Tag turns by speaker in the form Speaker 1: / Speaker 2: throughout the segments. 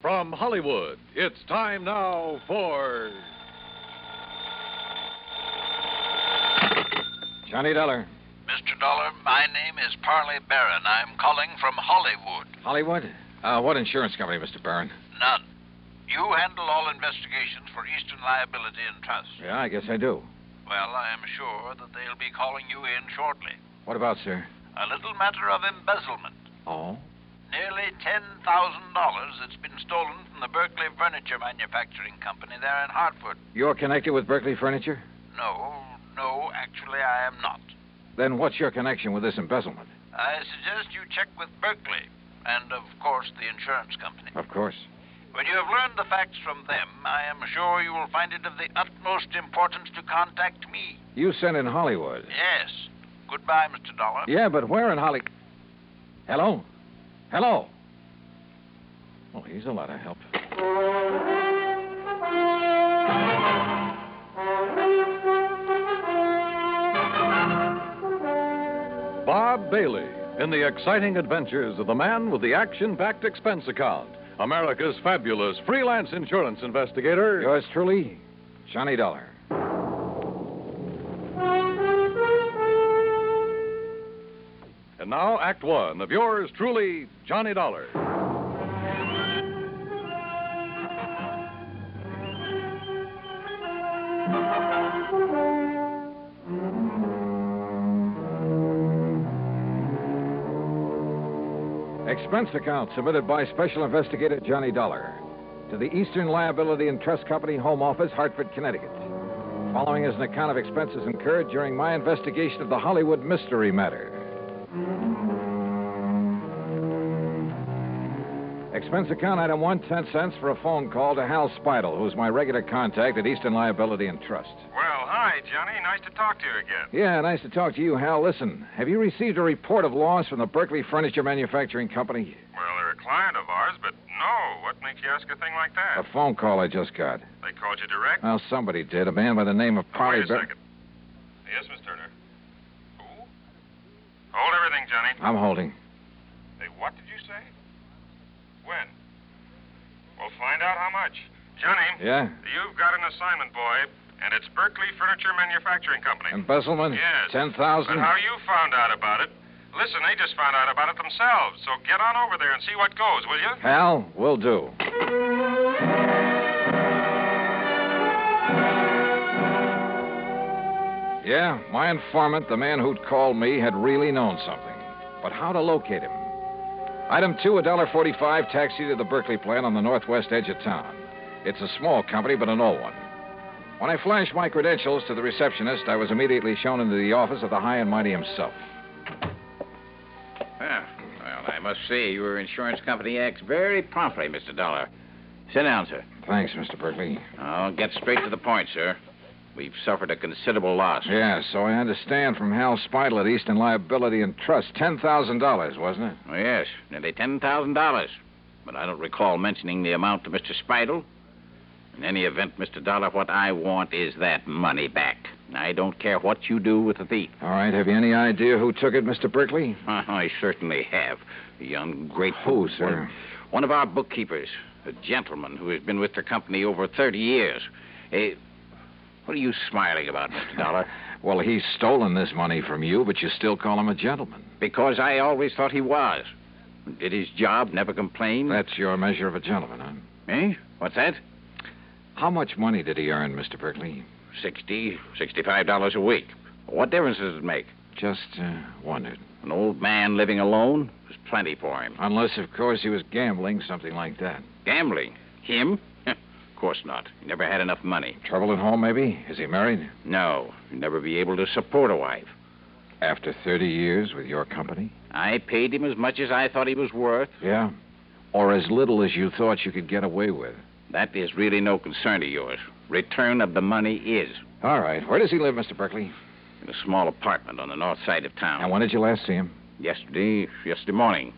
Speaker 1: From Hollywood, it's time now for.
Speaker 2: Johnny Dollar.
Speaker 3: Mr. Dollar, my name is Parley Barron. I'm calling from Hollywood.
Speaker 2: Hollywood? Uh, what insurance company, Mr. Barron?
Speaker 3: None. You handle all investigations for Eastern Liability and Trust.
Speaker 2: Yeah, I guess I do.
Speaker 3: Well, I am sure that they'll be calling you in shortly.
Speaker 2: What about, sir?
Speaker 3: A little matter of embezzlement.
Speaker 2: Oh?
Speaker 3: Nearly $10,000 that's been stolen from the Berkeley Furniture Manufacturing Company there in Hartford.
Speaker 2: You're connected with Berkeley Furniture?
Speaker 3: No, no, actually, I am not.
Speaker 2: Then what's your connection with this embezzlement?
Speaker 3: I suggest you check with Berkeley and, of course, the insurance company.
Speaker 2: Of course.
Speaker 3: When you have learned the facts from them, I am sure you will find it of the utmost importance to contact me.
Speaker 2: You sent in Hollywood.
Speaker 3: Yes. Goodbye, Mr. Dollar.
Speaker 2: Yeah, but where in Holly? Hello? Hello? Well, he's a lot of help.
Speaker 1: Bob Bailey in the exciting adventures of the man with the action packed expense account, America's fabulous freelance insurance investigator.
Speaker 2: Yours truly, Johnny Dollar.
Speaker 1: And now, Act One of yours truly, Johnny Dollar.
Speaker 2: Expense account submitted by Special Investigator Johnny Dollar to the Eastern Liability and Trust Company Home Office, Hartford, Connecticut. Following is an account of expenses incurred during my investigation of the Hollywood mystery matter. Expense account item one, 10 cents for a phone call to Hal Spidel, who's my regular contact at Eastern Liability and Trust.
Speaker 4: Well, hi, Johnny. Nice to talk to you again.
Speaker 2: Yeah, nice to talk to you, Hal. Listen, have you received a report of loss from the Berkeley Furniture Manufacturing Company?
Speaker 4: Well, they're a client of ours, but no. What makes you ask a thing like
Speaker 2: A
Speaker 4: that?
Speaker 2: phone call I just got.
Speaker 4: They called you direct?
Speaker 2: Well, somebody did. A man by the name of Parley
Speaker 4: Wait a second. Yes, Miss Turner. Who? Hold everything, Johnny.
Speaker 2: I'm holding.
Speaker 4: Hey, what did you say? When? We'll find out how much. Johnny,
Speaker 2: Yeah?
Speaker 4: you've got an assignment, boy, and it's Berkeley Furniture Manufacturing Company.
Speaker 2: Embezzlement?
Speaker 4: Yes.
Speaker 2: Ten
Speaker 4: But
Speaker 2: thousand?
Speaker 4: how you found out about it? Listen, they just found out about it themselves, so get on over there and see what goes, will you?
Speaker 2: Hal, will do. Yeah, my informant, the man who'd called me, had really known something. But how to locate him? Item two, a dollar forty-five taxi to the Berkeley plant on the northwest edge of town. It's a small company, but an old one. When I flashed my credentials to the receptionist, I was immediately shown into the office of the high and mighty himself.
Speaker 5: Ah, well, I must say your insurance company acts very promptly, Mr. Dollar. Sit down, sir.
Speaker 2: Thanks, Mr. Berkeley.
Speaker 5: I'll get straight to the point, sir. We've suffered a considerable loss.
Speaker 2: Yeah, so I understand from Hal Spidel at Eastern Liability and Trust, ten thousand dollars, wasn't it?
Speaker 5: Oh, yes, nearly ten thousand dollars. But I don't recall mentioning the amount to Mr. Spidel. In any event, Mr. Dollar, what I want is that money back. I don't care what you do with the thief.
Speaker 2: All right. Have you any idea who took it, Mr. Berkeley?
Speaker 5: I certainly have. The ungrateful.
Speaker 2: Who, sir?
Speaker 5: One of our bookkeepers, a gentleman who has been with the company over 30 years. Eh, what are you smiling about, Mr. Dollar?
Speaker 2: Well, he's stolen this money from you, but you still call him a gentleman.
Speaker 5: because I always thought he was. Did his job, never complained.
Speaker 2: That's your measure of a gentleman, huh?
Speaker 5: Eh? What's that?
Speaker 2: How much money did he earn, Mr. Berkeley?
Speaker 5: Sixty, sixty-five dollars a week. What difference does it make?
Speaker 2: Just uh, wondered.
Speaker 5: An old man living alone was plenty for him.
Speaker 2: Unless, of course, he was gambling, something like that.
Speaker 5: Gambling? Him? of course not. He never had enough money.
Speaker 2: Trouble at home, maybe? Is he married?
Speaker 5: No, he'd never be able to support a wife.
Speaker 2: After 30 years with your company?
Speaker 5: I paid him as much as I thought he was worth.
Speaker 2: Yeah. Or as little as you thought you could get away with?
Speaker 5: That is really no concern of yours. Return of the money is
Speaker 2: All right. Where does he live, Mr. Berkeley?
Speaker 5: in a small apartment on the north side of town.
Speaker 2: And when did you last see him?
Speaker 5: Yesterday, yesterday morning,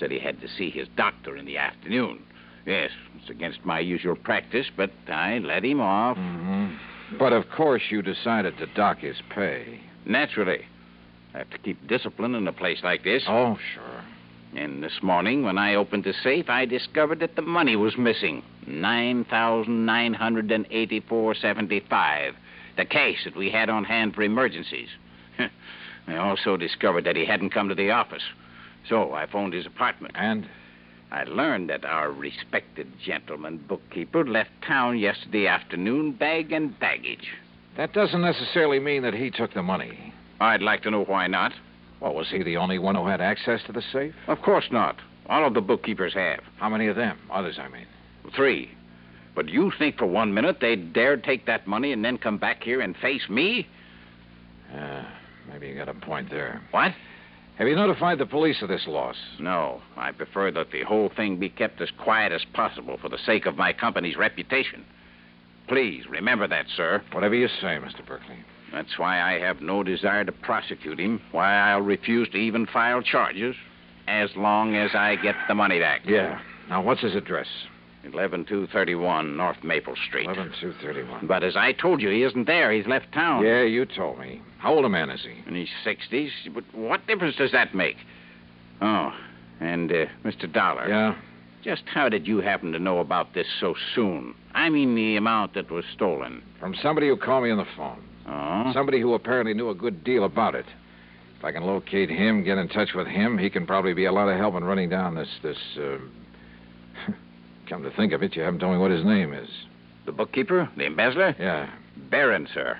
Speaker 5: said he had to see his doctor in the afternoon. Yes, it's against my usual practice, but I let him off.
Speaker 2: Mm-hmm. But of course, you decided to dock his pay.
Speaker 5: Naturally, I have to keep discipline in a place like this.
Speaker 2: Oh, sure.
Speaker 5: And this morning, when I opened the safe, I discovered that the money was missing. Nine thousand nine hundred and eighty-four seventy-five. The cash that we had on hand for emergencies. I also discovered that he hadn't come to the office. So I phoned his apartment.
Speaker 2: And
Speaker 5: I learned that our respected gentleman bookkeeper left town yesterday afternoon, bag and baggage.
Speaker 2: that doesn't necessarily mean that he took the money.
Speaker 5: I'd like to know why not.
Speaker 2: Well, was he the only one who had access to the safe?
Speaker 5: Of course not. All of the bookkeepers have.
Speaker 2: How many of them? Others, I mean.
Speaker 5: Three. But you think for one minute they dared take that money and then come back here and face me?
Speaker 2: Uh, maybe you got a point there.
Speaker 5: What?
Speaker 2: Have you notified the police of this loss?
Speaker 5: No. I prefer that the whole thing be kept as quiet as possible for the sake of my company's reputation. Please remember that, sir.
Speaker 2: Whatever you say, Mr. Berkeley.
Speaker 5: That's why I have no desire to prosecute him, why I'll refuse to even file charges as long as I get the money back.
Speaker 2: Yeah. Now, what's his address?
Speaker 5: 11231 North Maple Street.
Speaker 2: 11231.
Speaker 5: But as I told you, he isn't there. He's left town.
Speaker 2: Yeah, you told me. How old a man is he?
Speaker 5: In his 60s. But what difference does that make? Oh, and uh, Mr. Dollar.
Speaker 2: Yeah.
Speaker 5: Just how did you happen to know about this so soon? I mean, the amount that was stolen.
Speaker 2: From somebody who called me on the phone.
Speaker 5: Oh?
Speaker 2: Somebody who apparently knew a good deal about it. If I can locate him, get in touch with him, he can probably be a lot of help in running down this this. Uh... Come to think of it, you haven't told me what his name is.
Speaker 5: The bookkeeper? The embezzler?
Speaker 2: Yeah.
Speaker 5: Barron, sir.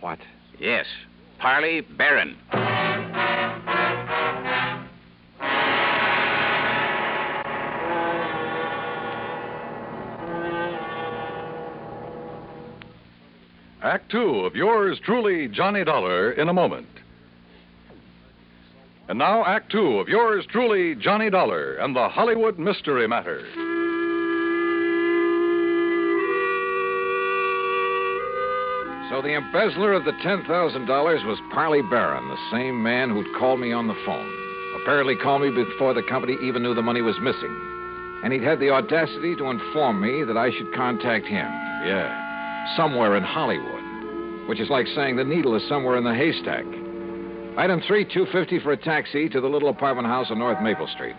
Speaker 2: What?
Speaker 5: Yes. Parley Barron.
Speaker 1: Act two of yours truly, Johnny Dollar, in a moment. And now, Act two of yours truly, Johnny Dollar, and the Hollywood Mystery Matter.
Speaker 2: So the embezzler of the ten thousand dollars was Parley Barron, the same man who'd called me on the phone. Apparently called me before the company even knew the money was missing. And he'd had the audacity to inform me that I should contact him. Yeah. Somewhere in Hollywood. Which is like saying the needle is somewhere in the haystack. Item three, two fifty for a taxi to the little apartment house on North Maple Street.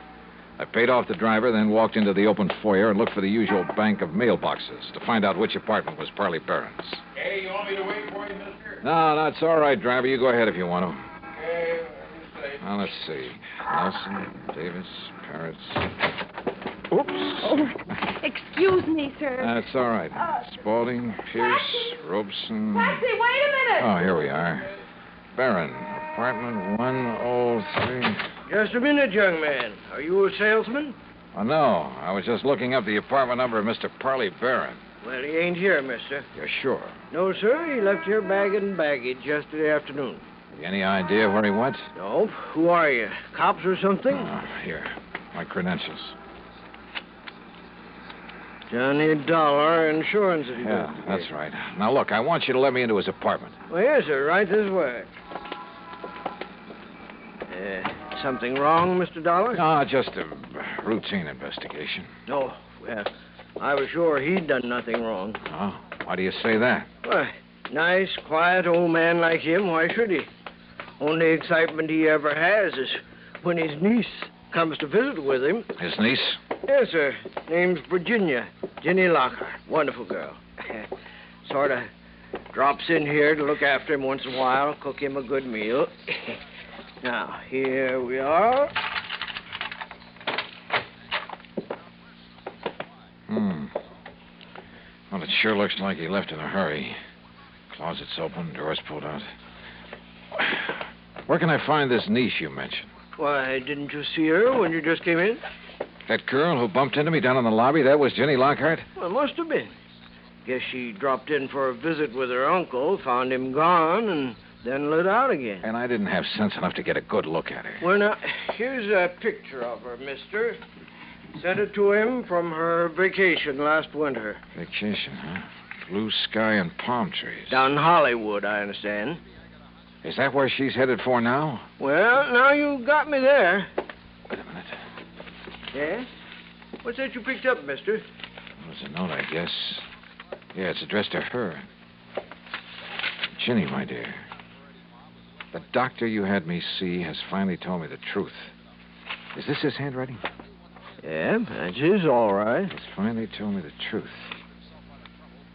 Speaker 2: I paid off the driver, then walked into the open foyer and looked for the usual bank of mailboxes to find out which apartment was Parley Barron's.
Speaker 4: Hey, you want me to wait for you, mister?
Speaker 2: No, no, it's all right, driver. You go ahead if you want to.
Speaker 4: Okay, I'm safe.
Speaker 2: Now, let's see. Nelson, Davis, Parrots. Oops.
Speaker 6: Excuse me, sir.
Speaker 2: That's all right. Spaulding, Pierce, Robeson.
Speaker 6: Patsy, wait a minute.
Speaker 2: Uh, Oh, here we are. Barron, apartment 103.
Speaker 7: Just a minute, young man. Are you a salesman?
Speaker 2: Oh, no. I was just looking up the apartment number of Mr. Parley Barron.
Speaker 7: Well, he ain't here, mister.
Speaker 2: You're sure?
Speaker 7: No, sir. He left here bag and baggage yesterday afternoon.
Speaker 2: Any idea where he went?
Speaker 7: Nope. Who are you? Cops or something?
Speaker 2: Oh, here. My credentials.
Speaker 7: Johnny Dollar Insurance. if you
Speaker 2: Yeah,
Speaker 7: don't-
Speaker 2: that's right. Now, look, I want you to let me into his apartment.
Speaker 7: Well, yes, sir. Right this way. Uh, something wrong, Mr. Dollar?
Speaker 2: Ah, just a routine investigation.
Speaker 7: No. Well, I was sure he'd done nothing wrong.
Speaker 2: Oh, why do you say that?
Speaker 7: Why, nice, quiet old man like him, why should he? Only excitement he ever has is when his niece comes to visit with him.
Speaker 2: His niece?
Speaker 7: Yes, sir. Name's Virginia. Jenny Lockhart. Wonderful girl. sort of drops in here to look after him once in a while, cook him a good meal. now, here we are.
Speaker 2: Hmm. Well, it sure looks like he left in a hurry. Closet's open, door's pulled out. Where can I find this niece you mentioned?
Speaker 7: Why, didn't you see her when you just came in?
Speaker 2: That girl who bumped into me down in the lobby, that was Jenny Lockhart?
Speaker 7: Well, must have been. Guess she dropped in for a visit with her uncle, found him gone, and then lit out again.
Speaker 2: And I didn't have sense enough to get a good look at her.
Speaker 7: Well, now, here's a picture of her, mister. Sent it to him from her vacation last winter.
Speaker 2: Vacation, huh? Blue sky and palm trees.
Speaker 7: Down in Hollywood, I understand.
Speaker 2: Is that where she's headed for now?
Speaker 7: Well, now you got me there.
Speaker 2: Wait a minute.
Speaker 7: Yes? What's that you picked up, mister?
Speaker 2: Well, it's a note, I guess. Yeah, it's addressed to her. Ginny, my dear. The doctor you had me see has finally told me the truth. Is this his handwriting?
Speaker 7: Yeah, that is all right.
Speaker 2: He's finally told me the truth.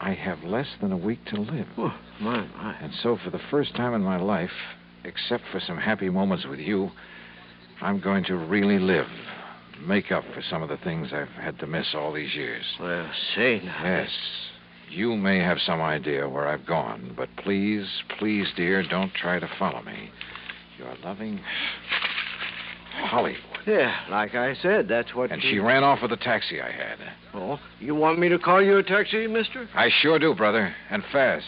Speaker 2: I have less than a week to live.
Speaker 7: Oh, my, my.
Speaker 2: And so, for the first time in my life, except for some happy moments with you, I'm going to really live. Make up for some of the things I've had to miss all these years.
Speaker 7: Well, say now.
Speaker 2: Yes. You may have some idea where I've gone, but please, please, dear, don't try to follow me. Your loving Hollywood.
Speaker 7: Yeah, like I said, that's what.
Speaker 2: And
Speaker 7: you-
Speaker 2: she ran off with the taxi I had.
Speaker 7: Oh, you want me to call you a taxi, mister?
Speaker 2: I sure do, brother, and fast.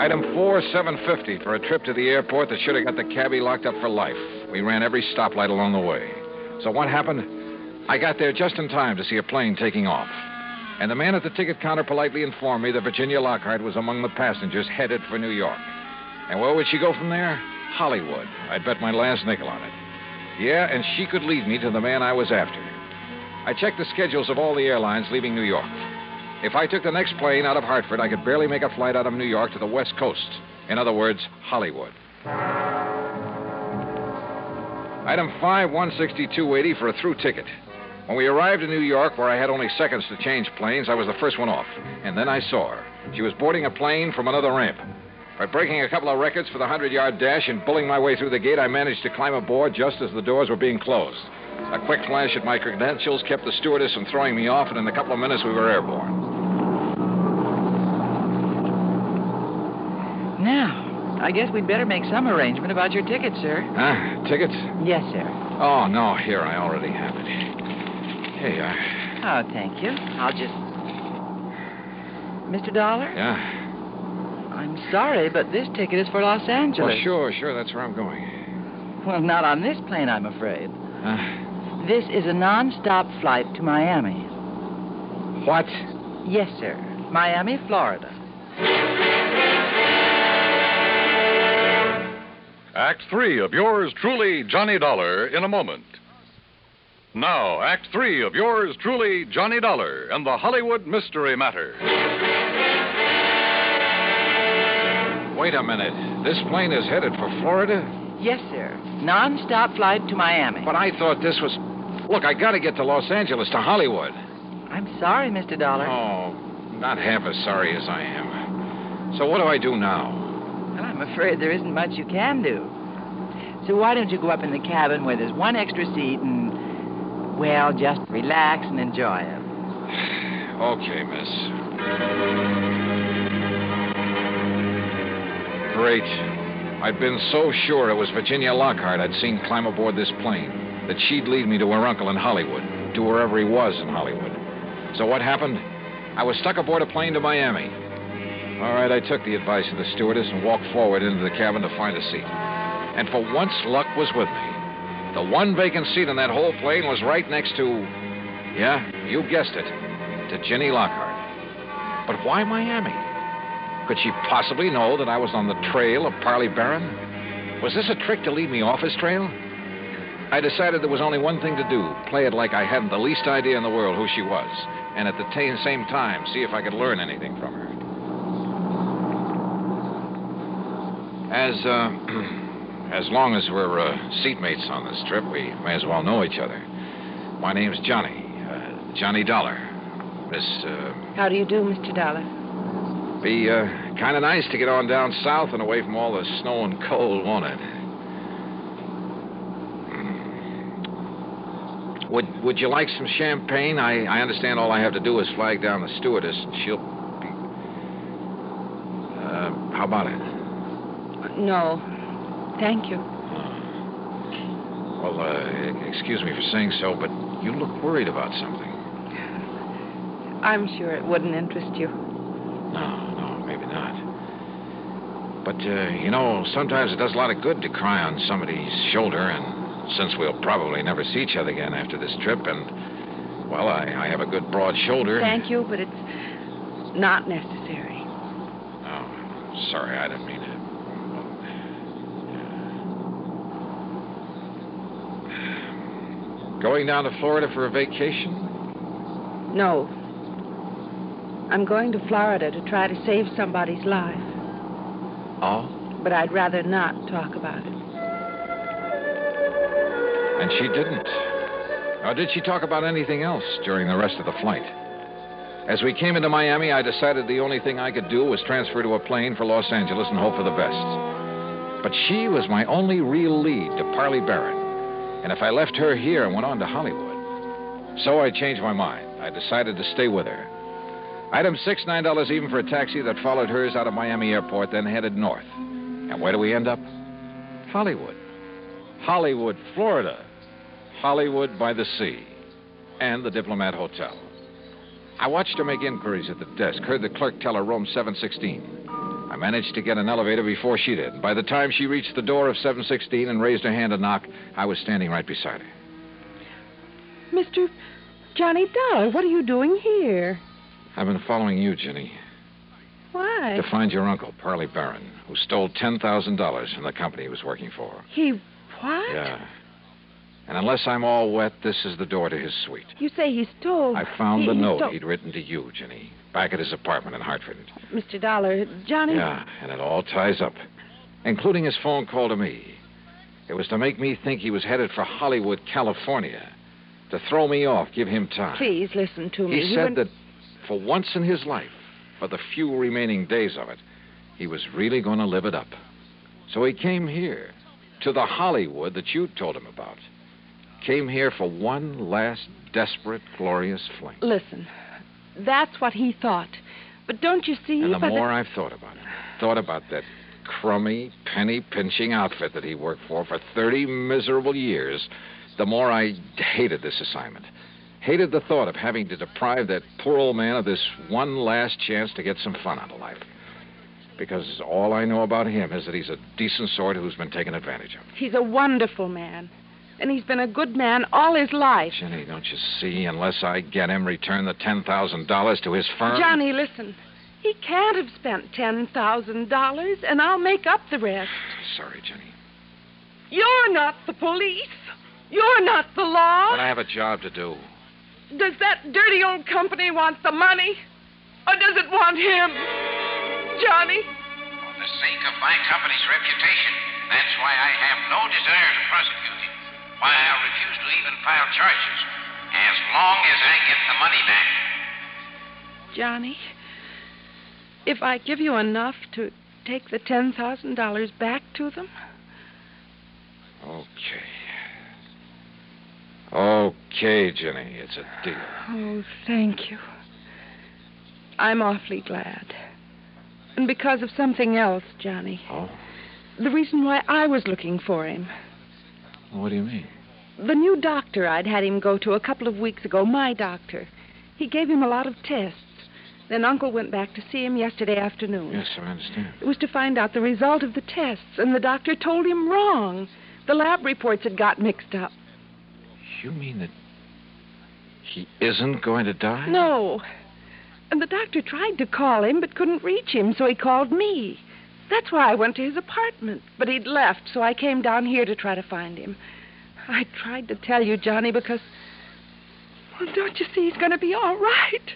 Speaker 2: Item 4750 for a trip to the airport that should have got the cabbie locked up for life. We ran every stoplight along the way. So what happened? I got there just in time to see a plane taking off. And the man at the ticket counter politely informed me that Virginia Lockhart was among the passengers headed for New York. And where would she go from there? Hollywood. I'd bet my last nickel on it. Yeah, and she could lead me to the man I was after. I checked the schedules of all the airlines leaving New York. If I took the next plane out of Hartford, I could barely make a flight out of New York to the West Coast. In other words, Hollywood. Item 5, 16280 for a through ticket. When we arrived in New York, where I had only seconds to change planes, I was the first one off. And then I saw her. She was boarding a plane from another ramp. By breaking a couple of records for the 100 yard dash and bulling my way through the gate, I managed to climb aboard just as the doors were being closed. A quick flash at my credentials kept the stewardess from throwing me off, and in a couple of minutes, we were airborne.
Speaker 8: Now, I guess we'd better make some arrangement about your ticket, sir.
Speaker 2: Huh? Tickets?
Speaker 8: Yes, sir.
Speaker 2: Oh, no, here, I already have it. uh, Here you are.
Speaker 8: Oh, thank you. I'll just. Mr. Dollar?
Speaker 2: Yeah?
Speaker 8: I'm sorry, but this ticket is for Los
Speaker 2: Well,
Speaker 8: Angeles.
Speaker 2: sure, sure, that's where I'm going.
Speaker 8: Well, not on this plane, I'm afraid.
Speaker 2: Huh?
Speaker 8: This is a non-stop flight to Miami.
Speaker 2: What?
Speaker 8: Yes, sir. Miami, Florida.
Speaker 1: Act three of yours truly, Johnny Dollar, in a moment. Now, Act three of yours truly, Johnny Dollar, and the Hollywood Mystery Matter.
Speaker 2: Wait a minute. This plane is headed for Florida?
Speaker 8: Yes, sir. Non-stop flight to Miami.
Speaker 2: But I thought this was. Look, I gotta get to Los Angeles, to Hollywood.
Speaker 8: I'm sorry, Mr. Dollar.
Speaker 2: Oh, not half as sorry as I am. So what do I do now?
Speaker 8: Well, I'm afraid there isn't much you can do. So why don't you go up in the cabin where there's one extra seat and, well, just relax and enjoy it.
Speaker 2: Okay, miss. Great. I'd been so sure it was Virginia Lockhart I'd seen climb aboard this plane that she'd lead me to her uncle in Hollywood, to wherever he was in Hollywood. So what happened? I was stuck aboard a plane to Miami. All right, I took the advice of the stewardess and walked forward into the cabin to find a seat. And for once, luck was with me. The one vacant seat in that whole plane was right next to. Yeah, you guessed it. To Ginny Lockhart. But why Miami? Could she possibly know that I was on the trail of Parley Barron? Was this a trick to lead me off his trail? I decided there was only one thing to do play it like I hadn't the least idea in the world who she was, and at the ta- same time, see if I could learn anything from her. As uh, as long as we're uh, seatmates on this trip, we may as well know each other. My name's Johnny, uh, Johnny Dollar. Miss, uh,
Speaker 8: How do you do, Mr. Dollar?
Speaker 2: be uh, kind of nice to get on down south and away from all the snow and cold, won't it? Mm. Would Would you like some champagne? I, I understand all I have to do is flag down the stewardess, and she'll be. Uh, how about it?
Speaker 6: No. Thank you.
Speaker 2: Well, uh, excuse me for saying so, but you look worried about something.
Speaker 6: I'm sure it wouldn't interest you.
Speaker 2: No, no, maybe not. But, uh, you know, sometimes it does a lot of good to cry on somebody's shoulder, and since we'll probably never see each other again after this trip, and, well, I, I have a good broad shoulder.
Speaker 6: Thank you, but it's not necessary.
Speaker 2: Oh, sorry, I didn't mean to. Going down to Florida for a vacation?
Speaker 6: No. I'm going to Florida to try to save somebody's life.
Speaker 5: All?
Speaker 6: But I'd rather not talk about it.
Speaker 2: And she didn't. Nor did she talk about anything else during the rest of the flight. As we came into Miami, I decided the only thing I could do was transfer to a plane for Los Angeles and hope for the best. But she was my only real lead to Parley Barron. And if I left her here and went on to Hollywood. So I changed my mind. I decided to stay with her. Item six, nine dollars even for a taxi that followed hers out of Miami Airport, then headed north. And where do we end up? Hollywood. Hollywood, Florida. Hollywood by the sea. And the Diplomat Hotel. I watched her make inquiries at the desk, heard the clerk tell her room 716. I managed to get an elevator before she did. By the time she reached the door of 716 and raised her hand to knock, I was standing right beside her.
Speaker 9: Mr. Johnny Dollar, what are you doing here?
Speaker 2: I've been following you, Ginny,
Speaker 9: Why?
Speaker 2: to find your uncle, Parley Barron, who stole $10,000 from the company he was working for.
Speaker 9: He what?
Speaker 2: Yeah. And unless I'm all wet, this is the door to his suite.
Speaker 9: You say he stole.
Speaker 2: I found
Speaker 9: he,
Speaker 2: the
Speaker 9: he
Speaker 2: note
Speaker 9: stole-
Speaker 2: he'd written to you, Ginny, back at his apartment in Hartford.
Speaker 9: Mr. Dollar, Johnny.
Speaker 2: Yeah, and it all ties up, including his phone call to me. It was to make me think he was headed for Hollywood, California, to throw me off, give him time.
Speaker 6: Please listen to me.
Speaker 2: He
Speaker 6: You
Speaker 2: said
Speaker 6: and-
Speaker 2: that for once in his life, for the few remaining days of it, he was really going to live it up. So he came here, to the Hollywood that you told him about. Came here for one last desperate, glorious fling.
Speaker 6: Listen, that's what he thought. But don't you see?
Speaker 2: And the
Speaker 6: by
Speaker 2: more I've thought about it, thought about that crummy, penny pinching outfit that he worked for for 30 miserable years, the more I hated this assignment. Hated the thought of having to deprive that poor old man of this one last chance to get some fun out of life. Because all I know about him is that he's a decent sort who's been taken advantage of.
Speaker 9: He's a wonderful man. And he's been a good man all his life.
Speaker 2: Jenny, don't you see? Unless I get him, return the $10,000 to his firm.
Speaker 9: Johnny, listen. He can't have spent $10,000, and I'll make up the rest.
Speaker 2: Sorry, Jenny.
Speaker 9: You're not the police. You're not the law.
Speaker 2: But I have a job to do.
Speaker 9: Does that dirty old company want the money? Or does it want him? Johnny?
Speaker 3: For the sake of my company's reputation, that's why I have no desire to prosecute him. Why I refuse to even file charges. As long as I get the money back.
Speaker 9: Johnny, if I give you enough to take the $10,000 back to them,
Speaker 2: Okay. Okay, Jenny, it's a deal.
Speaker 9: Oh, thank you. I'm awfully glad. And because of something else, Johnny.
Speaker 2: Oh?
Speaker 9: The reason why I was looking for him.
Speaker 2: What do you mean?
Speaker 9: The new doctor I'd had him go to a couple of weeks ago, my doctor. He gave him a lot of tests. Then Uncle went back to see him yesterday afternoon.
Speaker 2: Yes, I understand.
Speaker 9: It was to find out the result of the tests, and the doctor told him wrong. The lab reports had got mixed up.
Speaker 2: You mean that he isn't going to die?
Speaker 9: No. And the doctor tried to call him but couldn't reach him, so he called me. That's why I went to his apartment. But he'd left, so I came down here to try to find him. I tried to tell you, Johnny, because. Well, don't you see he's going to be all right?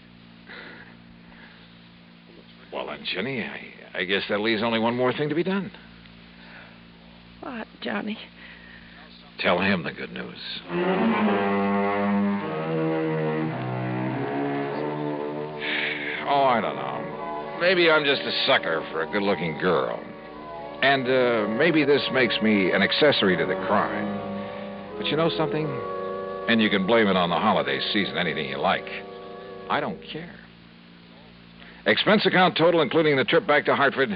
Speaker 2: Well, then, Jenny, I, I guess that leaves only one more thing to be done.
Speaker 9: What, Johnny?
Speaker 2: Tell him the good news. Oh, I don't know. Maybe I'm just a sucker for a good looking girl. And uh, maybe this makes me an accessory to the crime. But you know something? And you can blame it on the holiday season, anything you like. I don't care. Expense account total, including the trip back to Hartford.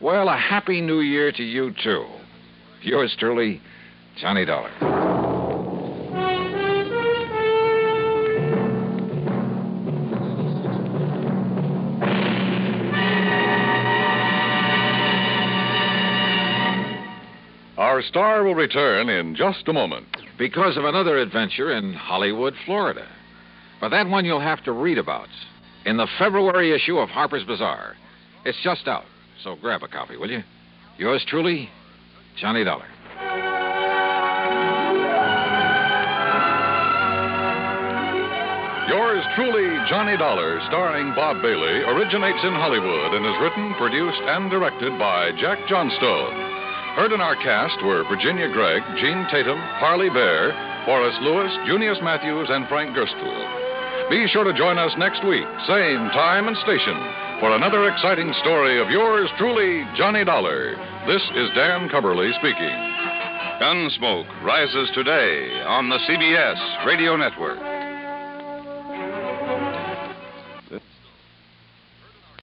Speaker 2: Well, a happy new year to you, too. Yours truly, Johnny Dollar.
Speaker 1: Our star will return in just a moment.
Speaker 2: because of another adventure in Hollywood, Florida. But that one you'll have to read about in the February issue of Harper's Bazaar. It's just out, so grab a copy, will you? Yours truly, Johnny Dollar.
Speaker 1: Yours Truly Johnny Dollar, starring Bob Bailey, originates in Hollywood and is written, produced, and directed by Jack Johnstone. Heard in our cast were Virginia Gregg, Gene Tatum, Harley Bear, Horace Lewis, Junius Matthews, and Frank Gerstle. Be sure to join us next week, same time and station, for another exciting story of yours truly, Johnny Dollar. This is Dan Cumberly speaking.
Speaker 10: Gunsmoke rises today on the CBS radio network.